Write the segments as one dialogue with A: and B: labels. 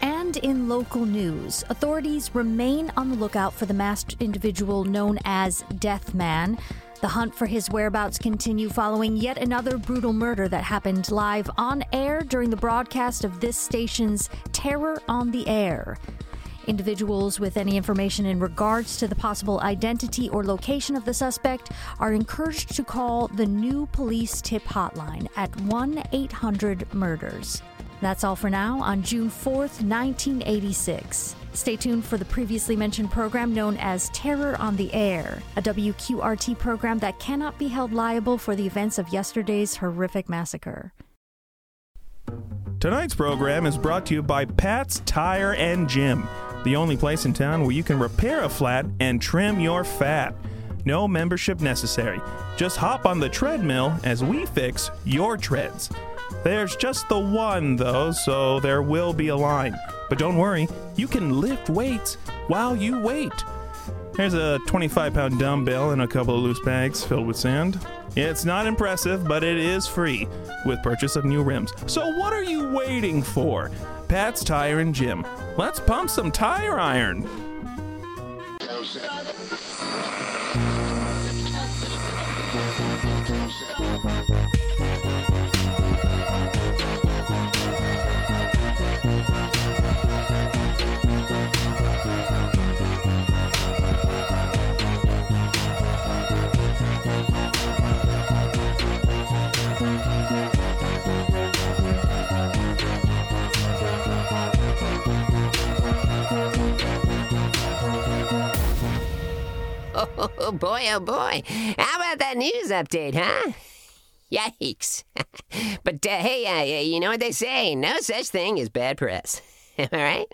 A: And in local news, authorities remain on the lookout for the masked individual known as Death Man. The hunt for his whereabouts continue following yet another brutal murder that happened live on air during the broadcast of this station's Terror on the Air. Individuals with any information in regards to the possible identity or location of the suspect are encouraged to call the new police tip hotline at 1 800 Murders. That's all for now on June 4th, 1986. Stay tuned for the previously mentioned program known as Terror on the Air, a WQRT program that cannot be held liable for the events of yesterday's horrific massacre.
B: Tonight's program is brought to you by Pat's Tire and Gym, the only place in town where you can repair a flat and trim your fat. No membership necessary. Just hop on the treadmill as we fix your treads. There's just the one, though, so there will be a line. But don't worry, you can lift weights while you wait. There's a 25 pound dumbbell and a couple of loose bags filled with sand. It's not impressive, but it is free with purchase of new rims. So what are you waiting for? Pat's Tire and Gym. Let's pump some tire iron.
C: Oh boy, oh boy. How about that news update, huh? Yikes. but uh, hey, uh, you know what they say no such thing as bad press. All right?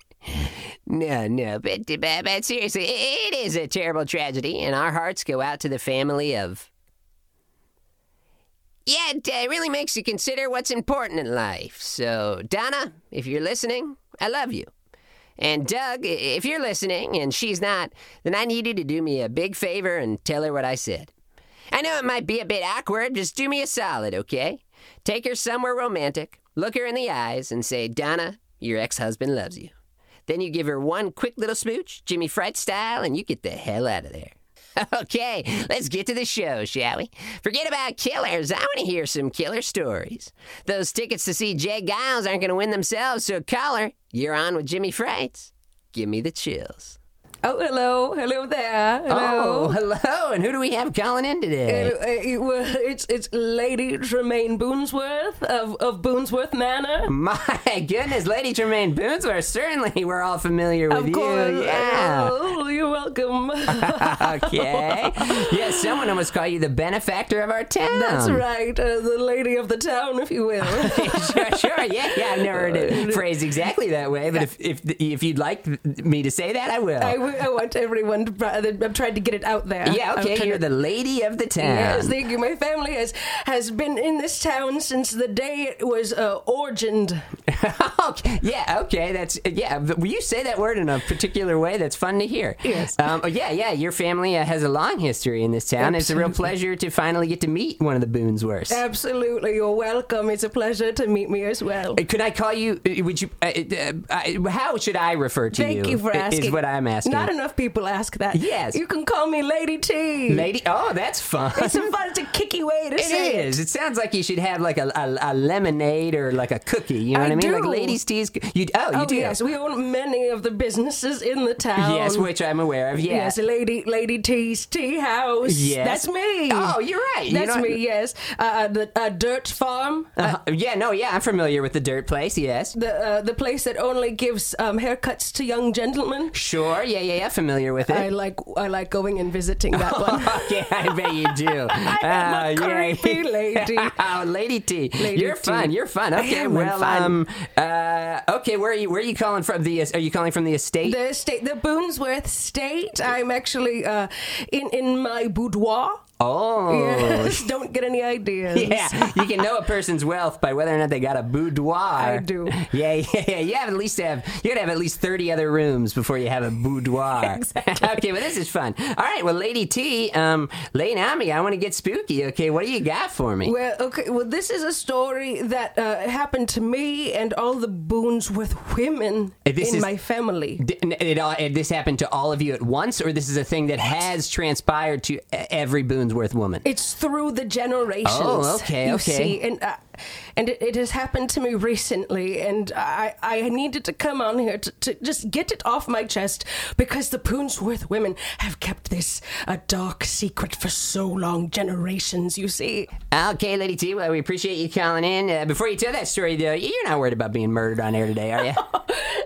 C: No, no, but, uh, but, but seriously, it is a terrible tragedy, and our hearts go out to the family of. Yeah, it uh, really makes you consider what's important in life. So, Donna, if you're listening, I love you. And Doug, i- if you're listening and she's not, then I need you to do me a big favor and tell her what I said. I know it might be a bit awkward, just do me a solid, okay? Take her somewhere romantic, look her in the eyes, and say, Donna, your ex husband loves you. Then you give her one quick little smooch, Jimmy Fright style, and you get the hell out of there. Okay, let's get to the show, shall we? Forget about killers. I want to hear some killer stories. Those tickets to see Jay Giles aren't going to win themselves, so caller, you're on with Jimmy Frights. Give me the chills.
D: Oh, hello, hello there. Hello.
C: Oh, hello, and who do we have calling in today?
D: Uh, it- well, it's it's Lady Tremaine Boonsworth of, of Boonsworth
C: Mm,
D: Manor.
C: My goodness, Lady Tremaine Boonsworth. Certainly, we're all familiar with
D: Of
C: you.
D: course.
C: Yeah.
D: Oh, you're welcome.
C: okay. Yes, someone almost called you the benefactor of our town.
D: That's right, uh, the lady of the town, if you will.
C: sure, sure. Yeah, yeah. I've never heard it phrased exactly that way, but if if if you'd like me to say that, I will.
D: I, w- I want everyone to. i I've tried to get it out there.
C: yeah,
D: I'm
C: okay.
D: trying
C: You're
D: to-
C: the lady of the town.
D: Yes, thank you. My family has has been in this town since the day it was uh, origined.
C: okay. Yeah, okay. That's yeah. but You say that word in a particular way that's fun to hear.
D: Yes.
C: Um, oh, yeah, yeah. Your family uh, has a long history in this town. It's a real pleasure to finally get to meet one of the Boonsworths.
D: Absolutely, you're welcome. It's a pleasure to meet me as well.
C: Uh, Could I call you? uh, Would you? Uh, uh, uh, how should I refer to you?
D: Thank you, for
C: i-
D: asking.
C: Is what I'm asking.
D: Not enough people ask that.
C: Yes.
D: You can call me Lady T.
C: Lady. Oh, that's fun.
D: It's a fun, it's a kicky way to say
C: It is. It sounds like you should have like a, a, a lemonade or like a cookie. You know
D: I
C: what I mean? Like
D: do.
C: ladies' teas. You oh, you
D: Oh
C: do.
D: yes, we own many of the businesses in the town.
C: Yes, which I'm aware of.
D: Yes,
C: Yes.
D: Lady Lady T's Tea House.
C: Yes.
D: that's me.
C: Oh, you're right. You
D: That's
C: know-
D: me. Yes, uh, the uh, Dirt Farm,
C: Uh, yeah. No. Yeah. I'm familiar with the dirt place. Yes.
D: the uh, the place that only gives um, haircuts to young gentlemen.
C: Sure. Yeah. Yeah. Yeah. Familiar with
D: I
C: it. Oh,
D: like I like going and visiting that one.
C: yeah, I bet you do.
D: I am a
C: Oh, yeah.
D: creepy lady.
C: oh, Lady T,
D: Lady
C: you're
D: T.
C: fun. You're fun.
D: I
C: Okay,
D: am
C: well,
D: fun.
C: um, uh, okay, where are you? Where are you calling from? The are you calling from the estate?
D: The state, the Boonsworth State. I'm actually uh, in in my boudoir.
C: Oh.
D: Yes, don't get any ideas.
C: Yeah, you can know a person's wealth by whether or not they got a boudoir. I
D: do.
C: Yeah, yeah, yeah. You have at least to have you gotta have at least thirty other rooms before you have a boudoir. exactly. okay, well this is fun. All right, well, Lady T, um, Lane Ami, I want to get spooky. Okay, what do you got for me?
D: Well, okay. Well, this is a story that uh, happened to me and all the Boonsworth women
C: Uh, this
D: in
C: is-
D: my family.
C: D- n- it all, it, this happened to all of you at once, or this is a thing that has transpired to e- every Boonsworth woman.
D: It's through the generations.
C: Oh, okay,
D: you
C: okay.
D: See? And uh, and it, it has happened to me recently, and I I needed to come on here to, to just get it off my chest because the Poonsworth women have kept this a dark secret for so long, generations. You see.
C: Okay, Lady T, well, we appreciate you calling in. Uh, before you tell that story, though, you're not worried about being murdered on air today, are you?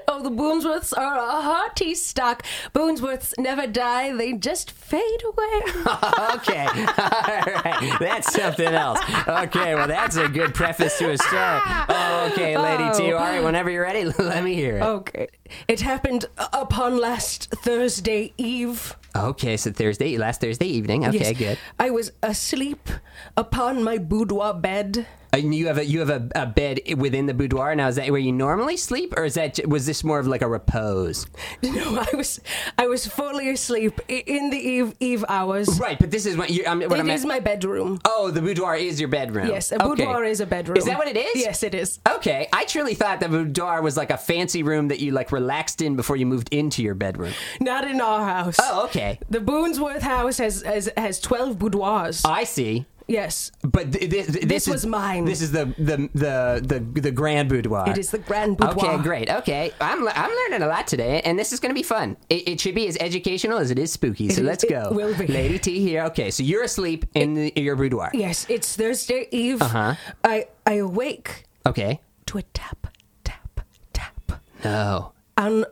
D: Oh, the Boonsworths are a hearty stock. Boonsworths never die, they just fade away.
C: okay. All right. That's something else. Okay. Well, that's a good preface to a story. Oh, Okay, Lady
D: Oh.
C: T. All right. Whenever you're ready, let me hear it.
D: okay. It happened upon last Thursday eve.
C: Okay. So Thursday, last Thursday evening. Okay.
D: Yes.
C: Good.
D: I was asleep upon my boudoir bed.
C: And you have a you have a, a bed within the boudoir. Now, is that where you normally sleep, or is that j- was this more of like a repose?
D: No, I was I was fully asleep i- in the eve eve hours.
C: Right. But this is what you. I'm, what
D: It
C: I'm
D: is my bedroom.
C: Oh, the boudoir is your bedroom.
D: Yes, a
C: Okay.
D: boudoir is a bedroom.
C: Is that what it is?
D: Yes, it is.
C: Okay, I truly thought the boudoir was like a fancy room that you like relaxed in before you moved into your bedroom.
D: Not in our house.
C: Oh, okay.
D: The Boonsworth house has has, has 12 boudoirs.
C: I see.
D: yes.
C: But th- th- th- this,
D: This
C: is-
D: was mine.
C: This is the the the the, the grand boudoir.
D: It is the grand boudoir.
C: Okay, great. Okay, I'm le- I'm learning a lot today, and this is going to be fun. It, it should be as educational as it is spooky. So
D: It-
C: let's
D: it
C: go.
D: will be.
C: Lady T here. Okay, so you're asleep in the, your boudoir.
D: Yes, it's Thursday eve.
C: Uh-huh.
D: I I awake
C: Okay.
D: to a tap tap tap
C: No.
D: on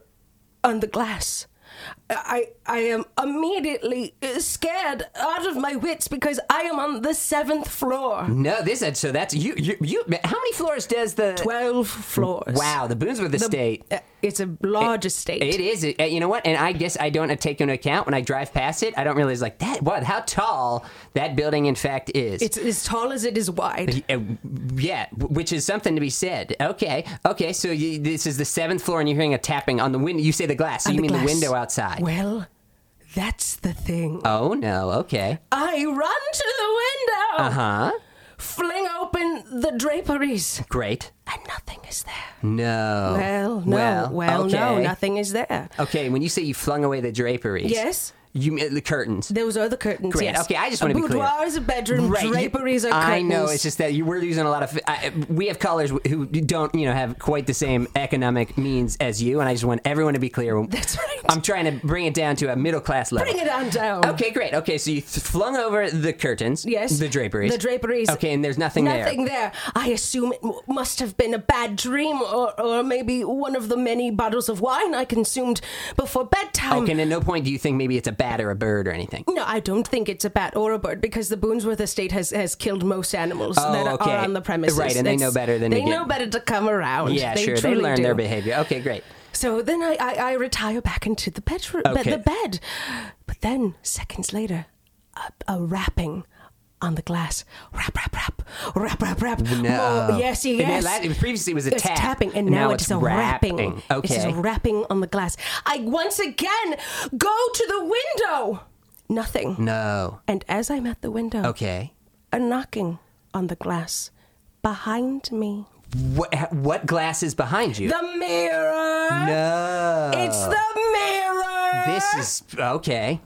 D: on the glass. I I am immediately uh, scared out of my wits because I am on the seventh floor,
C: No. This is so that's you you you. How many floors does the
D: twelve floors.
C: Wow, the Boonsworth Estate.
D: Uh, It's a large estate.
C: It is. uh, You know what? And I guess I don't take into account when I drive past it. I don't realize like that. What? How tall that building in fact is.
D: It's as tall as it is wide.
C: Uh, yeah, w- which is something to be said. Okay, okay. So you, this is the seventh floor, and you're hearing a tapping on the window. You say the glass. So
D: On
C: you mean the
D: glass.
C: window outside?
D: Well, that's the thing.
C: Oh no. Okay.
D: I run to the
C: Uh
D: window,
C: huh.
D: fling open the draperies,
C: Great.
D: and nothing is there.
C: No.
D: Well, no, well, no,
C: Oh, okay.
D: nothing is there.
C: Okay. When you say you flung away the draperies,
D: Yes.
C: you mean uh, the curtains.
D: Those are the curtains.
C: Great.
D: Yes.
C: Okay, I just
D: A
C: wanna be clear.
D: Boudoir is a bedroom.
C: you-
D: draperies are curtains.
C: I know. It's just that you we're using a lot of. I, we have callers who don't, you know, have quite the same economic means as you, and I just want everyone to be clear.
D: That's right.
C: I'm trying to bring it down to a middle class level.
D: Bring it on down.
C: Okay, great. Okay, so you th- flung over the curtains.
D: Yes.
C: The draperies.
D: The draperies.
C: Okay, and there's nothing,
D: Nothing there. I assume it m- must have been a bad dream, or, or maybe one of the many bottles of wine I consumed before bedtime.
C: Okay, and at no point do you think maybe it's a bat or a bird or anything.
D: No, I don't think it's a bat or a bird because the Boonsworth estate has, has killed most animals
C: Oh,
D: that
C: okay.
D: are on the premises.
C: Right, and they
D: That's-
C: know better than to
D: they
C: get-
D: know better to come around.
C: Yeah, sure. They
D: truly
C: learn
D: do.
C: their behavior. Okay, great.
D: So then I, I, I retire back into the bedroom,
C: Okay.
D: the bed. But then seconds later, a, a rapping on the glass. Rap, rap, rap, rap, rap, rap.
C: No.
D: More- Oh, yes,
C: And then
D: yes.
C: la- it previously was a
D: it's
C: tap,
D: tapping,
C: and
D: and now,
C: now
D: it
C: it's
D: is a
C: rapping.
D: rapping. It is
C: Okay.
D: a rapping on the glass. I once again go to the window. Nothing.
C: No.
D: And as I'm at the window,
C: Okay.
D: a knocking on the glass behind me.
C: What, what glass is behind you?
D: The mirror!
C: no.
D: It's the mirror!
C: This is. Okay.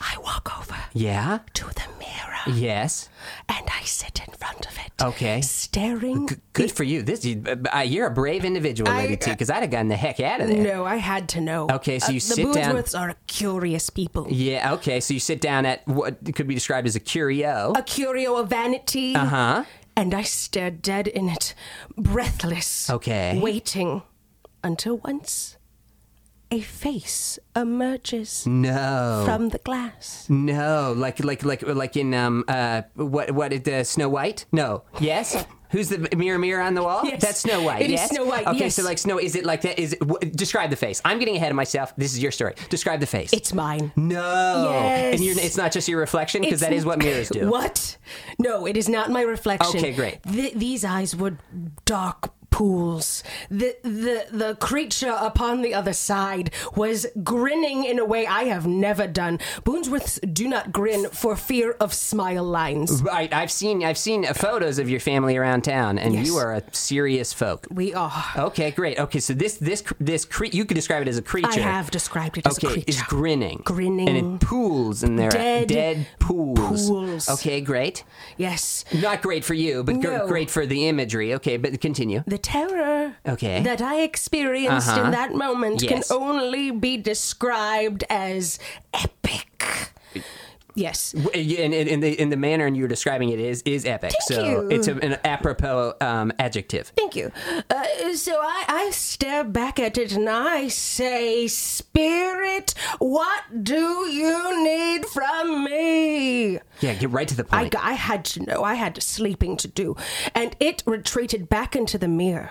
D: I walk over
C: Yeah.
D: to the mirror
C: Yes.
D: and I sit in front of it.
C: Okay.
D: Staring.
C: G- good for you. This you, uh, you're a brave individual,
D: I- uh,
C: Lady T, because I'd have gotten the heck out of there.
D: No, I had to know.
C: eh.
D: Uh,
C: Okay, so you
D: the
C: sit down-
D: Boothworths are a curious people.
C: Yeah. Okay. So you sit down at what could be described as a curio.
D: A curio of vanity. Uh
C: Uh-huh.
D: huh. And I stare dead in it, breathless.
C: Okay.
D: Waiting until once a face emerges
C: No.
D: from the glass.
C: No, like like like like in um uh what what is the Snow White? No, yes. Who's the mirror mirror on the wall?
D: Yes.
C: That's Snow White.
D: It is
C: yes?
D: Snow White,
C: Okay,
D: yes.
C: so like Snow, is it like that? Is it, w- describe the face? I'm getting ahead of myself. This is your story. Describe the face.
D: It's mine.
C: no,
D: Yes.
C: and you're, it's not just your reflection because
D: It's-
C: that is what mirrors do.
D: What? No, it is not my reflection.
C: Okay, great.
D: Th- these eyes were dark pools. The the the creature upon the other side was grinning in a way I have never done. Boonsworths do not grin for fear of smile lines.
C: Right, I've seen I've seen uh, photos of your family around town, and
D: Yes.
C: you are a serious folk.
D: We are.
C: Okay, great. Okay, so this this cr- this cre- you could describe it as a creature.
D: I have described it as
C: Okay,
D: a creature.
C: it's grinning.
D: Grinning.
C: And it pools in there.
D: Dead
C: pools.
D: pools.
C: Okay, great.
D: yes.
C: Not great for you, but gr-
D: No.
C: great for the imagery. Okay, but continue.
D: The terror
C: Okay.
D: that I experienced
C: Uh-huh.
D: in that moment
C: Yes.
D: can only be described as epic. Yes.
C: W- And in, in the in the manner in you were describing it is is epic.
D: Thank
C: so
D: you.
C: it's a, an apropos um, adjective.
D: Thank you. Uh, so I, I stare back at it and I say, Spirit, what do you need from me?
C: Yeah, get right to the
D: I,
C: point.
D: g- I had to know. I had sleeping to do. And it retreated back into the mirror.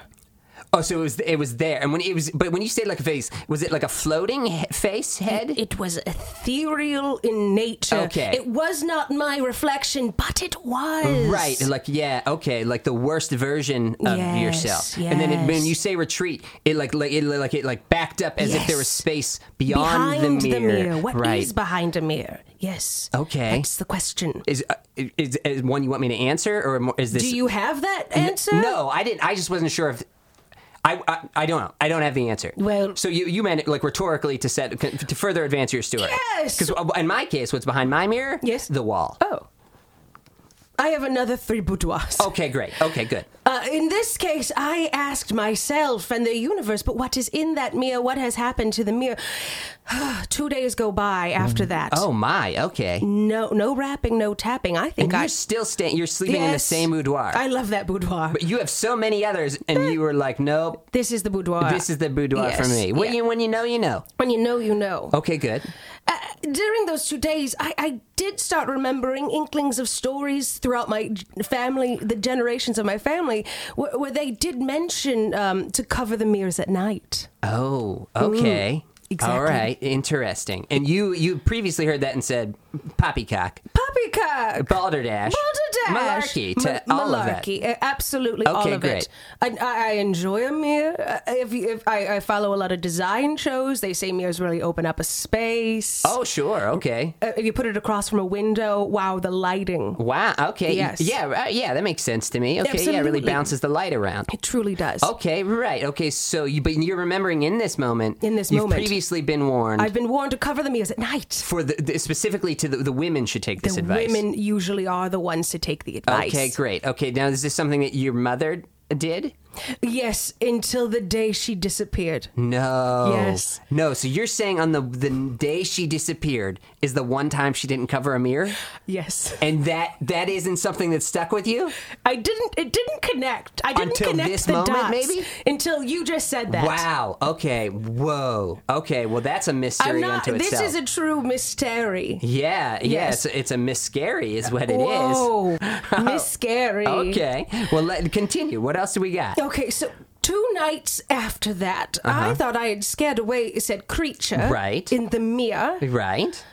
C: oh, so it was it was there, and when it was, but when you say like a face, was it like a floating he- face head?
D: It was ethereal in nature.
C: Okay.
D: It was not my reflection, but it was.
C: Right, like yeah, okay, like the worst version of
D: Yes,
C: yourself. And then it, when
D: yes.
C: you say retreat, it like like it like it like backed up as if there was
D: Yes.
C: space beyond
D: Behind
C: the mirror.
D: What is
C: right.
D: behind a mirror? Yes.
C: Okay.
D: That's the question.
C: is, uh, is is one you want me to answer or more- is this?
D: Do you have that answer?
C: No, I didn't. I just wasn't sure if. I, I, I don't know. I don't have the answer.
D: Well-
C: so you, you meant it like rhetorically to set to further advance your story.
D: Yes!
C: Because in my case, what's behind my mirror?
D: Yes.
C: the wall.
D: Oh. I have another three boudoirs.
C: Okay, great. Okay, good.
D: Uh, in this case, I asked myself and the universe, but what is in that mirror? What has happened to the mirror? Two days go by after that.
C: Oh my. Okay.
D: No, no rapping, no tapping. I think
C: And
D: I.
C: you're still staying. You're sleeping in the
D: Yes.
C: same boudoir.
D: I love that boudoir.
C: But you have so many others, and you were like, nope,
D: this is the boudoir.
C: this is the boudoir for
D: uh, Yes,
C: me. When,
D: yeah.
C: you, when you know, you know.
D: When you know, you know.
C: Okay, good.
D: Uh, during those two days, I, I did start remembering inklings of stories throughout my g- family, the generations of my family, where, where they did mention um, to cover the mirrors at night.
C: Oh, okay.
D: Mm, exactly.
C: All right, interesting. And you you previously heard that and said poppycock,
D: Poppycock!
C: balderdash,
D: Balderdash!
C: malarkey, to
D: Ma-
C: all of that.
D: malarkey, uh, absolutely all
C: Okay,
D: of
C: great.
D: it. I, I, I enjoy a mirror. Uh, If, you- if I, I follow a lot of design shows, they say mirrors really open up a space.
C: Oh, sure. Okay.
D: Uh, if you put it across from a window, wow, the lighting.
C: Wow. Okay.
D: Yes.
C: Yeah. right, Yeah. That makes sense to me. Okay. Yeah. It really
D: Absolutely.
C: bounces the light around.
D: It truly does.
C: Okay. Right. Okay. So you, but you're remembering in this moment.
D: In this
C: you've
D: moment.
C: previously been warned.
D: I've been warned to cover the mirrors at night.
C: for the, the specifically to the, the women should take this
D: the
C: advice.
D: women usually are the ones to take the advice.
C: Okay, great. Okay, now is this something that your mother did?
D: Yes, until the day she disappeared.
C: No.
D: Yes.
C: No. So you're saying on the the day she disappeared is the one time she didn't cover a mirror,
D: Yes,
C: and that that isn't something that stuck with you.
D: I didn't. It didn't connect. I didn't
C: Until
D: connect
C: this
D: the
C: moment,
D: dots
C: maybe?
D: until you just said that.
C: Wow. Okay. Whoa. Okay. Well, that's a mystery
D: I'm not.
C: unto
D: This
C: itself.
D: is a true mystery.
C: yeah. Yes.
D: Yes.
C: It's a miss scary is what it is.
D: Whoa, Miss Scary.
C: Okay. Well, let, continue. What else do we got?
D: Okay, so two nights after that, I thought I had scared away said creature
C: Uh-huh. Right.
D: in the mirror,
C: Right.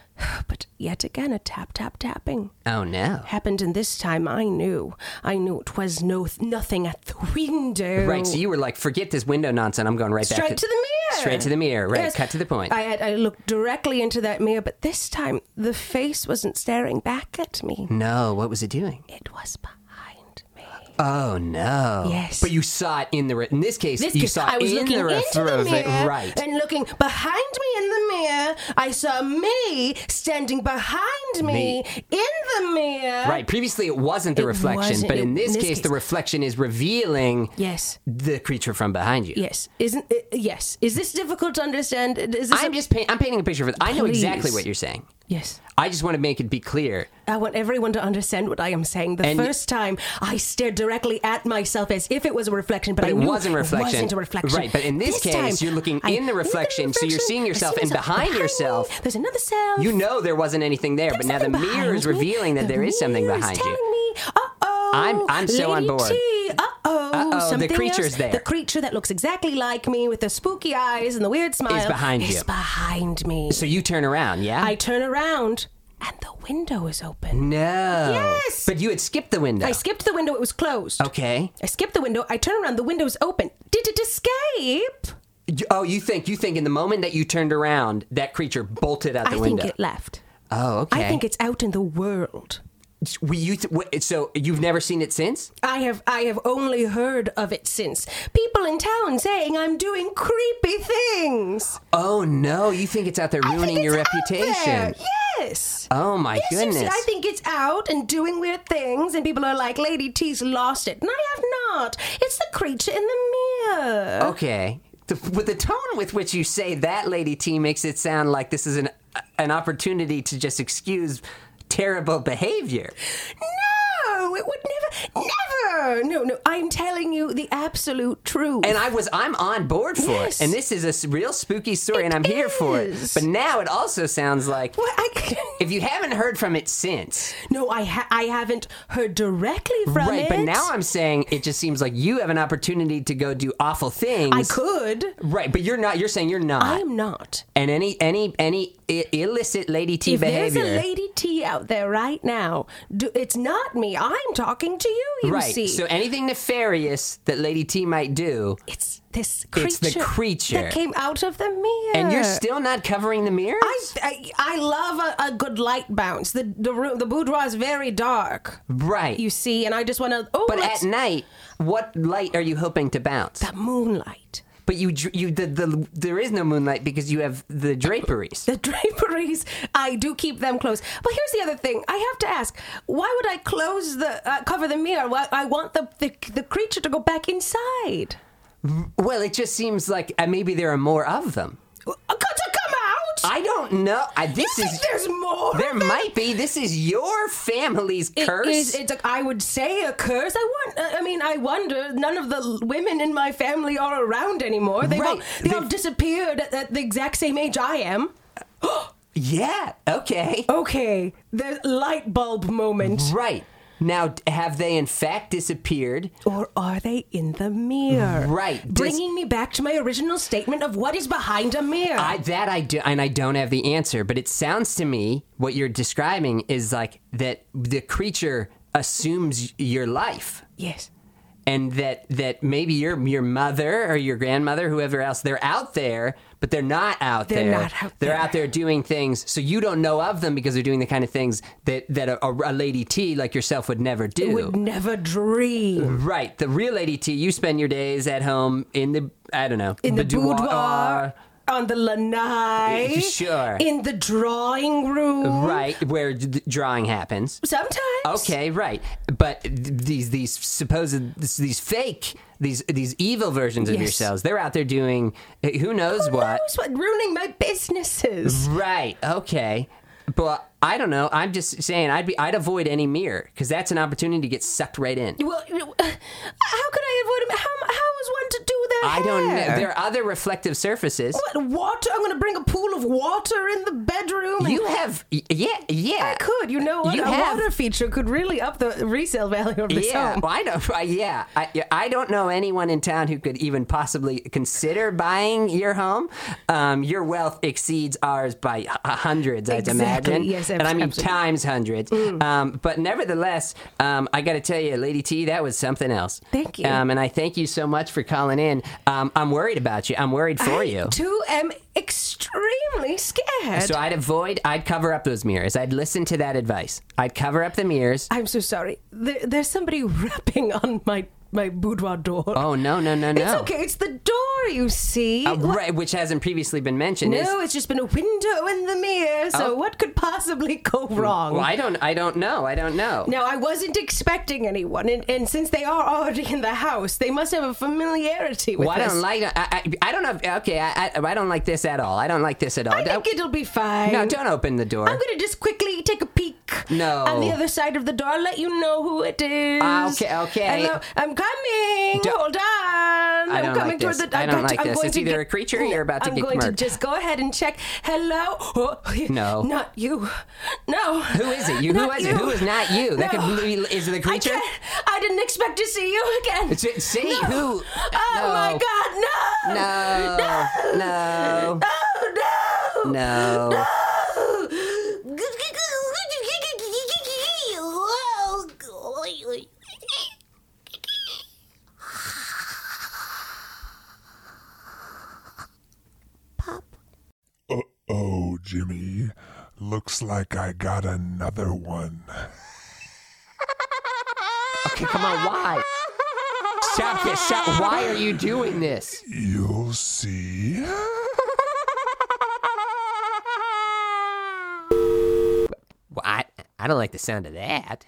D: but yet again a tap tap tapping.
C: Oh no.
D: happened and this time i knew i knew it was no nothing at the window
C: Right, so you were like, forget this window nonsense. I'm going right back
D: straight to the mirror
C: Straight to the mirror. Right,
D: Yes.
C: cut to the point.
D: I, had, I looked directly into that mirror but this time the face wasn't staring back at me
C: no, what was it doing?
D: it was behind me
C: Oh no!
D: Yes.
C: but you saw it in the. Re- in this case,
D: this
C: you
D: case,
C: saw it
D: I was
C: in
D: looking
C: the
D: into
C: refro-
D: the mirror,
C: right?
D: And looking behind me in the mirror, I saw me standing behind me, in the mirror.
C: Right. Previously, it wasn't the
D: It
C: reflection,
D: wasn't-
C: but in
D: it-
C: this,
D: in this
C: case, the
D: case-
C: reflection is revealing
D: Yes.
C: the creature from behind you.
D: Yes. Isn't uh, yes? Is this difficult to understand? Is this
C: I'm
D: a-
C: just paint, I'm painting a picture for. I know exactly
D: Please.
C: what you're saying.
D: Yes.
C: I just want to make it be clear.
D: I want everyone to understand what I am saying. The
C: And-
D: first time I stared directly at myself as if it was a reflection, but,
C: But
D: I
C: it
D: knew
C: wasn't reflection.
D: It wasn't a reflection.
C: Right, but in this
D: time,
C: case, you're looking
D: I
C: in the
D: look
C: reflection, so you're seeing
D: as
C: yourself,
D: soon
C: and
D: as I'm
C: behind yourself-
D: me, there's another self.
C: You know there wasn't anything there, but
D: There's
C: now the
D: something
C: mirror is
D: behind me.
C: revealing that
D: The
C: there is something
D: mirror
C: behind you.
D: telling me, uh-oh,
C: I'm- I'm so on
D: Lady
C: board.
D: T, uh-oh,
C: Uh-oh, the
D: something
C: creature's
D: else.
C: there.
D: The creature that looks exactly like me with the spooky eyes and the weird smile
C: behind you.
D: Is behind me.
C: So you turn around, yeah?
D: I turn around, and the window is open.
C: no.
D: Yes!
C: But you had skipped the window.
D: I skipped the window; it was closed.
C: okay.
D: I skipped the window. I turn around. The window's open. Did it escape?
C: You- Oh, you think you think in the moment that you turned around, that creature bolted out the
D: I
C: window.
D: think it left.
C: oh, okay.
D: I think it's out in the world.
C: it's we, you th- what, so you've never seen it since?
D: I have I have only heard of it since. People in town saying I'm doing creepy things.
C: Oh no, you think it's out there
D: I think
C: ruining your
D: it's out there.
C: reputation.
D: Yes.
C: Oh my
D: Yes, yes, yes.
C: goodness.
D: I think it's out and doing weird things, and people are like, "Lady T's lost it," and I have not. It's the creature in the mirror.
C: Okay. The, with the tone with which you say that, Lady T, makes it sound like this is an an opportunity to just excuse terrible behavior.
D: No, it would never, never. No, no. I'm telling you the absolute truth.
C: And I was I'm on board for
D: Yes.
C: it. And this is a s- real spooky story, and
D: It
C: I'm here for it.
D: is.
C: But now it also sounds like
D: Well, I,
C: if you haven't heard from it since,
D: no, I ha- I haven't heard directly from
C: right?
D: it.
C: But now I'm saying it just seems like you have an opportunity to go do awful things.
D: I could.
C: Right, but you're not. You're saying you're not.
D: I'm not.
C: and any any any I- illicit Lady T
D: If
C: behavior.
D: there's a lady T out there right now, do, it's not me. I'm talking to you. You
C: right.
D: see,
C: So anything nefarious that Lady T might do,
D: it's this creature.
C: It's the creature.
D: that came out of the mirror.
C: and you're still not covering the mirrors.
D: I, I, I love a, a good light bounce. The the room, the boudoir is very dark.
C: right.
D: You see, and I just want to. Oh,
C: but
D: let's-
C: at night, what light are you hoping to bounce?
D: the moonlight,
C: But you dr- you the, the there is no moonlight because you have the draperies.
D: the draperies. I do keep them closed. But here's the other thing. I have to ask: Why would I close the uh, cover the mirror? Well, I want the, the the creature to go back inside.
C: Well, it just seems like uh, maybe there are more of them.
D: Uh, To come out.
C: I don't know. I,
D: you
C: this
D: think
C: is
D: there's more.
C: there
D: of them?
C: might be. This is your family's
D: It
C: curse.
D: is- it's a, I would say a curse. I want. uh, I mean, I wonder. None of the l- women in my family are around anymore. They've all,
C: Right.
D: they all
C: They've-
D: disappeared at, at the exact same age I am.
C: yeah. Okay.
D: Oh. Okay, the light bulb moment.
C: Right. Now, have they in fact disappeared?
D: Or are they in the mirror?
C: Right. Dis-
D: Bringing me back to my original statement of what is behind a mirror.
C: I, that I do, and I don't have the answer, but it sounds to me what you're describing is like that the creature assumes your life,
D: yes.
C: and that that maybe your your mother or your grandmother, whoever else, they're out there, but they're not out
D: They're
C: there.
D: not out
C: they're
D: there.
C: out there doing things, so you don't know of them because they're doing the kind of things that that a, a lady T like yourself would never do.
D: Would never dream.
C: Right, the real lady T. You spend your days at home in the I don't know
D: In the
C: boudoir.
D: boudoir. On the lanai.
C: Y- sure.
D: In the drawing room.
C: right where the drawing happens.
D: Sometimes.
C: Okay, right, but th- these these supposed this- these fake these these evil versions of
D: Yes.
C: yourselves. They're out there doing eh, who knows
D: Who
C: what.
D: knows what ruining my businesses?
C: Right. Okay. But I don't know. I'm just saying I'd be I'd avoid any mirror because that's an opportunity to get sucked right in.
D: Well, you know, uh, how could I avoid him? How, how is one to do their
C: I don't know.
D: hair?
C: There are other reflective surfaces.
D: What water? I'm going to bring a pool of water in the bedroom. and-
C: You have y- yeah yeah.
D: I could. You know what?
C: You
D: a
C: have-
D: water feature could really up the resale value of this
C: Yeah,
D: home.
C: well, I don't. I, yeah, I, yeah, I don't know anyone in town who could even possibly consider buying your home. Um, your wealth exceeds ours by h- hundreds, I'd
D: Exactly,
C: imagine.
D: yes,
C: and I mean
D: absolutely. Mm.
C: times hundreds. Um, but nevertheless, um, I got to tell you, Lady T, that was something else.
D: Thank you.
C: um, and I thank you so much for calling in. Um, I'm worried about you. I'm worried for you.
D: Two am extremely scared.
C: So I'd avoid. I'd cover up those mirrors. I'd listen to that advice. I'd cover up the mirrors.
D: I'm so sorry. There, there's somebody rapping on my my boudoir door.
C: Oh no no no no!
D: It's okay. It's the door, you see.
C: Uh,
D: Like-
C: right, which hasn't previously been mentioned. is-
D: No, it's just been a window in the mirror. So
C: Oh.
D: what could possibly go wrong?
C: Well, I don't. I don't know. I don't know.
D: Now, I wasn't expecting anyone, and, and since they are already in the house, they must have a familiarity with
C: Well, I
D: this.
C: don't like. I, I, I don't know. if- Okay, I, I, I don't like this at all. I don't like this at all.
D: I think it'll be fine.
C: no, don't open the door.
D: I'm gonna just quickly take a peek.
C: No.
D: On the other side of the door, I'll let you know who it is.
C: Ah, okay, okay.
D: Hello, I'm coming.
C: Don't-
D: Hold on. I
C: don't
D: am coming
C: like
D: toward
C: this.
D: the.
C: I don't
D: got
C: like
D: to, I'm
C: this.
D: Going
C: It's
D: to
C: either
D: get,
C: a creature or you're about to
D: I'm
C: get
D: going
C: murked.
D: to just go ahead and check. Hello. Oh,
C: No.
D: Not you. No.
C: Who is it? You? Who
D: Not
C: was
D: you.
C: it? Who is not you? That
D: No.
C: could be. Is it a creature?
D: I, can't- I didn't expect to see you again.
C: It's it- see
D: No.
C: who?
D: Oh
C: No.
D: my God! No.
C: No. No.
D: No. No.
C: No.
E: Oh, Jimmy, looks like I got another one.
C: Okay, come on. Why? Stop this. Stop. Why are you doing this?
E: You'll see.
C: Well, I, I don't like the sound of that.